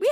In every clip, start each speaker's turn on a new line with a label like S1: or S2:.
S1: We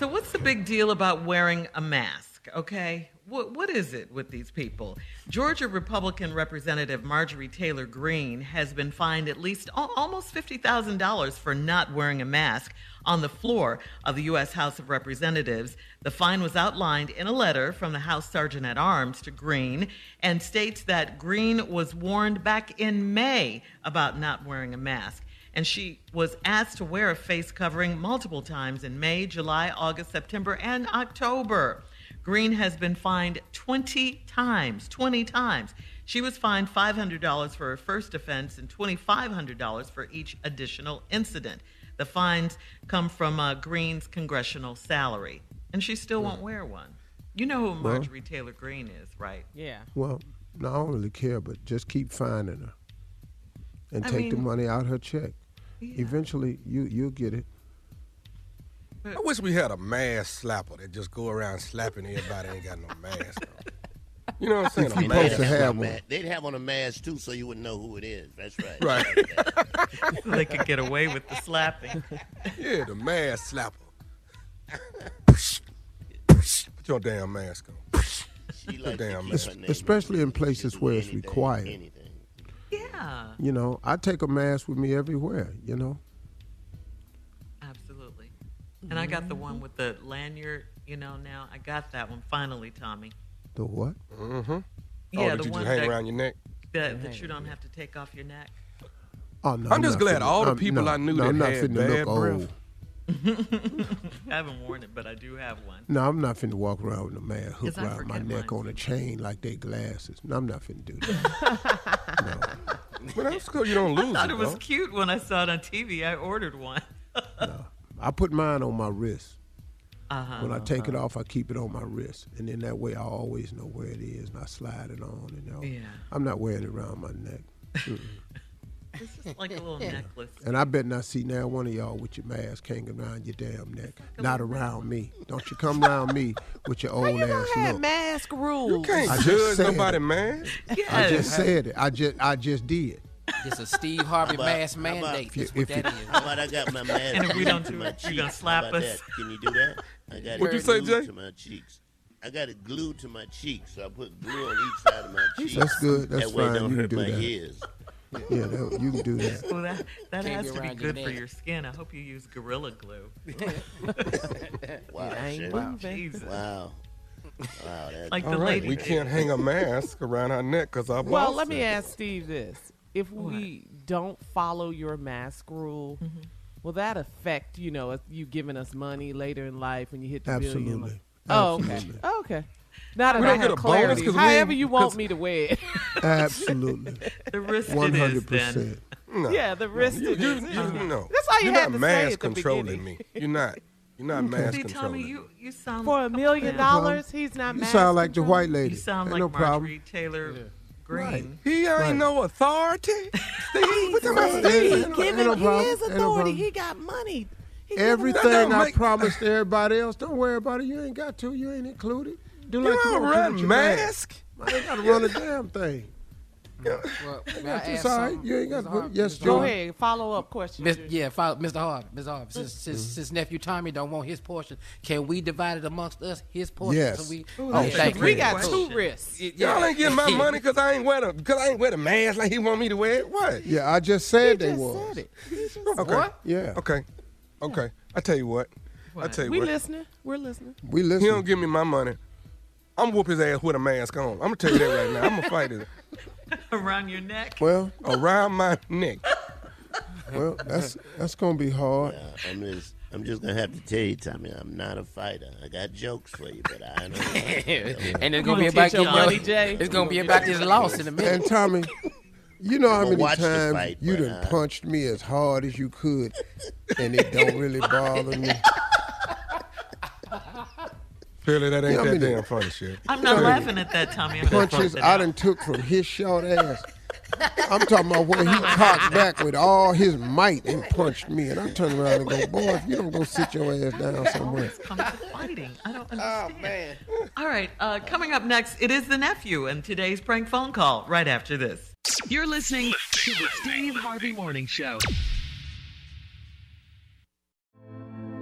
S2: So what's the big deal about wearing a mask? Okay, what what is it with these people? Georgia Republican Representative Marjorie Taylor Greene has been fined at least al- almost fifty thousand dollars for not wearing a mask on the floor of the U.S. House of Representatives. The fine was outlined in a letter from the House Sergeant at Arms to Greene and states that Greene was warned back in May about not wearing a mask and she was asked to wear a face covering multiple times in May, July, August, September, and October. Green has been fined 20 times, 20 times. She was fined $500 for her first offense and $2,500 for each additional incident. The fines come from uh, Green's congressional salary, and she still won't wear one. You know who Marjorie Taylor Greene is, right?
S3: Yeah.
S4: Well, no, I don't really care, but just keep finding her and
S2: I
S4: take the
S2: mean-
S4: money out of her check. Eventually, you you'll get it.
S5: I wish we had a mask slapper that just go around slapping everybody ain't got no mask on. You know what I'm saying?
S4: If you
S5: a mask.
S4: supposed to have one.
S6: They'd have on a mask too, so you wouldn't know who it is. That's right.
S5: Right.
S2: So they could get away with the slapping.
S5: Yeah, the mask slapper. Put your damn mask on.
S6: She likes to
S5: Damn, man.
S6: keep her name
S4: Especially in
S6: anonymous.
S4: places
S6: She'll do
S4: where it's
S6: anything,
S4: required.
S6: Anything.
S2: Yeah,
S4: You know, I take a mask with me everywhere. You know,
S2: Absolutely. And I got the one with the lanyard, you know, now. I got that one finally, Tommy.
S4: the what?
S5: oh,
S2: Yeah,
S5: did
S2: the
S5: you
S2: one
S5: just hang
S2: that,
S5: around your neck?
S2: that, that you don't have to take off your neck.
S4: Oh no!
S5: I'm just
S4: not
S5: glad
S4: finna-
S5: all the
S4: I'm-
S5: people
S4: no,
S5: I knew
S4: no,
S5: that
S4: I'm not
S5: had
S4: finna
S5: bad
S4: look
S5: breath.
S4: old.
S2: I haven't worn it, but I do have one.
S4: No, I'm not finna walk around with a mask hooked
S2: 'Cause I
S4: around my
S2: forget
S4: neck
S2: mine.
S4: on a chain like they glasses. No, I'm not finna do that.
S5: But that's because you don't lose
S2: I thought it
S5: it,
S2: was
S5: though.
S2: cute when I saw it on TV. I ordered one.
S4: I put mine on my wrist.
S2: Uh-huh.
S4: When I take it off, I keep it on my wrist, and then that way I always know where it is, and I slide it on. And all.
S2: Yeah.
S4: I'm not wearing it around my neck.
S2: It's just like a little necklace.
S4: And I bet not see now one of y'all with your mask hanging around your damn neck. Not around me. Don't you come around me with your old ass look.
S3: mask rules.
S5: Can't
S4: I just
S5: judge
S4: said
S5: nobody,
S4: it.
S5: man.
S6: Oh.
S2: Yes.
S4: I just said it. I just I just did.
S3: It's a Steve Harvey
S6: How about-
S3: mask
S6: how
S3: mandate.
S6: about-
S3: That's what that is.
S6: How about I got my mask
S3: And if we
S6: glued
S3: don't
S6: to
S3: do
S6: my
S3: it, you
S6: cheeks?
S3: gonna slap
S6: How about
S3: us.
S6: that? Can you do that? I got
S3: What'd you
S6: it
S3: say,
S6: glued
S3: Jay?
S6: To my cheeks. I got it glued to my cheeks, so I put glue on each side of my cheeks.
S4: That's good. That's
S6: that way it
S4: fine.
S6: don't
S4: you
S6: hurt
S4: can do
S6: my
S4: that.
S6: ears.
S4: Yeah, that, you can do that.
S2: Well, that that has
S3: Can't be
S2: to be
S3: around
S2: good
S3: your
S2: for
S3: neck.
S2: your skin. I hope you use Gorilla Glue.
S6: Wow,
S2: It ain't
S6: Shay.
S2: moving.
S6: Wow. Wow, that,
S2: Like the
S5: All right,
S2: lady
S5: we
S2: did.
S5: can't hang a mask around our neck because our
S7: Well,
S5: boss
S7: let me
S5: said-
S7: ask Steve this: If we don't follow your mask rule,
S4: Mm-hmm.
S7: will that affect you know if you giving us money later in life when you hit the billion?
S4: Absolutely.
S7: Oh, okay.
S4: Absolutely.
S7: Oh, okay. Now that
S4: We
S7: I
S4: don't get
S7: have
S4: a bonus
S7: clarity,
S4: 'cause we-
S7: however you want
S4: 'cause-
S7: me to wear it.
S4: Absolutely.
S2: The risk
S4: One
S2: it is
S4: hundred
S2: then.
S4: percent.
S5: No,
S7: yeah, the
S5: no,
S7: wrist.
S5: You,
S7: it
S5: you,
S7: is.
S5: you- no.
S7: That's all you
S5: You're
S7: had
S5: not
S7: to say
S5: mask
S7: at the
S5: controlling
S7: beginning.
S5: me. You're not. You're not mask
S2: See, Tommy,
S5: controlling.
S2: you, you sound
S7: For a million dollars, he's not.
S4: You
S7: mask
S4: sound like the
S7: control?
S4: white lady.
S2: You sound
S4: Ain't
S2: like
S4: no problem.
S2: Marjorie Taylor Green.
S5: He ain't
S4: Right.
S5: no authority. Steve, what am I
S4: He
S5: saying?
S4: giving Ain't no problem. his Ain't no authority. problem. He
S7: got money.
S4: Everything I
S5: make-
S4: promised everybody else, don't worry about it. You ain't got to. You ain't included. Do
S5: You
S4: like you
S5: don't
S4: want to
S5: run
S4: with your
S5: mask.
S4: I ain't got to run a damn thing.
S3: Well, may I
S4: It's
S3: ask
S4: all right.
S3: something,
S4: You ain't
S3: Mr.
S4: got to.
S3: Harvey?
S4: Yes,
S3: Mr.
S7: Go
S4: Joe.
S7: ahead. Follow up question.
S3: Miss,
S7: Judy.
S3: yeah, follow, Mr. Harvey. Mr. Harvey, since,
S4: Mm-hmm.
S3: since, since nephew Tommy don't want his portion, can we divide it amongst us? His portion.
S4: Yes.
S3: So we,
S4: Ooh,
S3: oh,
S4: that's a
S3: thank you.
S7: We got
S3: Cool.
S7: two risks.
S5: Y'all ain't getting my money because I ain't wear the because I ain't wear the mask like he want me to wear it. What?
S4: Yeah, I just said they
S7: just
S4: was.
S7: said it.
S5: Okay.
S3: What?
S4: Yeah,
S5: Okay. Okay. I tell you what. I tell you
S7: We
S5: what.
S7: listening. We're listening.
S4: we
S5: He don't
S4: listen.
S5: give me my money. I'm whoop his ass with a mask on. I'm gonna tell you that right now. I'm gonna fight it
S2: Around your neck.
S4: Well,
S5: around my neck.
S4: well, that's that's gonna be hard.
S6: Uh, I'm just, I'm just gonna have to tell you, Tommy, I'm not a fighter. I got jokes for you, but I don't.
S3: and it's gonna be
S7: You
S3: about
S7: get
S3: your
S7: your money,
S3: money,
S7: Jay.
S3: It's gonna be about this loss in a minute.
S4: And Tommy, you know how
S6: I'ma
S4: many
S6: watch the
S4: times
S6: fight,
S4: you
S6: but,
S4: done
S6: uh,
S4: punched me as hard as you could, and it don't really bother me.
S5: Clearly that ain't
S4: Yeah, I
S5: that
S4: mean-
S5: damn funny shit.
S2: I'm not laughing at that, Tommy. I'm not
S4: punches
S2: laughing
S4: I
S2: at
S4: done took from his short ass. I'm talking about where he cocked back with all his might and punched me, and I turned around and go, boy, if you don't go sit your ass down somewhere.
S2: it. Come to fighting. I don't understand. Oh man. All right. Uh, coming up next, it is the nephew and today's prank phone call. Right after this.
S8: You're listening to the Steve Harvey Morning Show.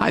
S9: Hi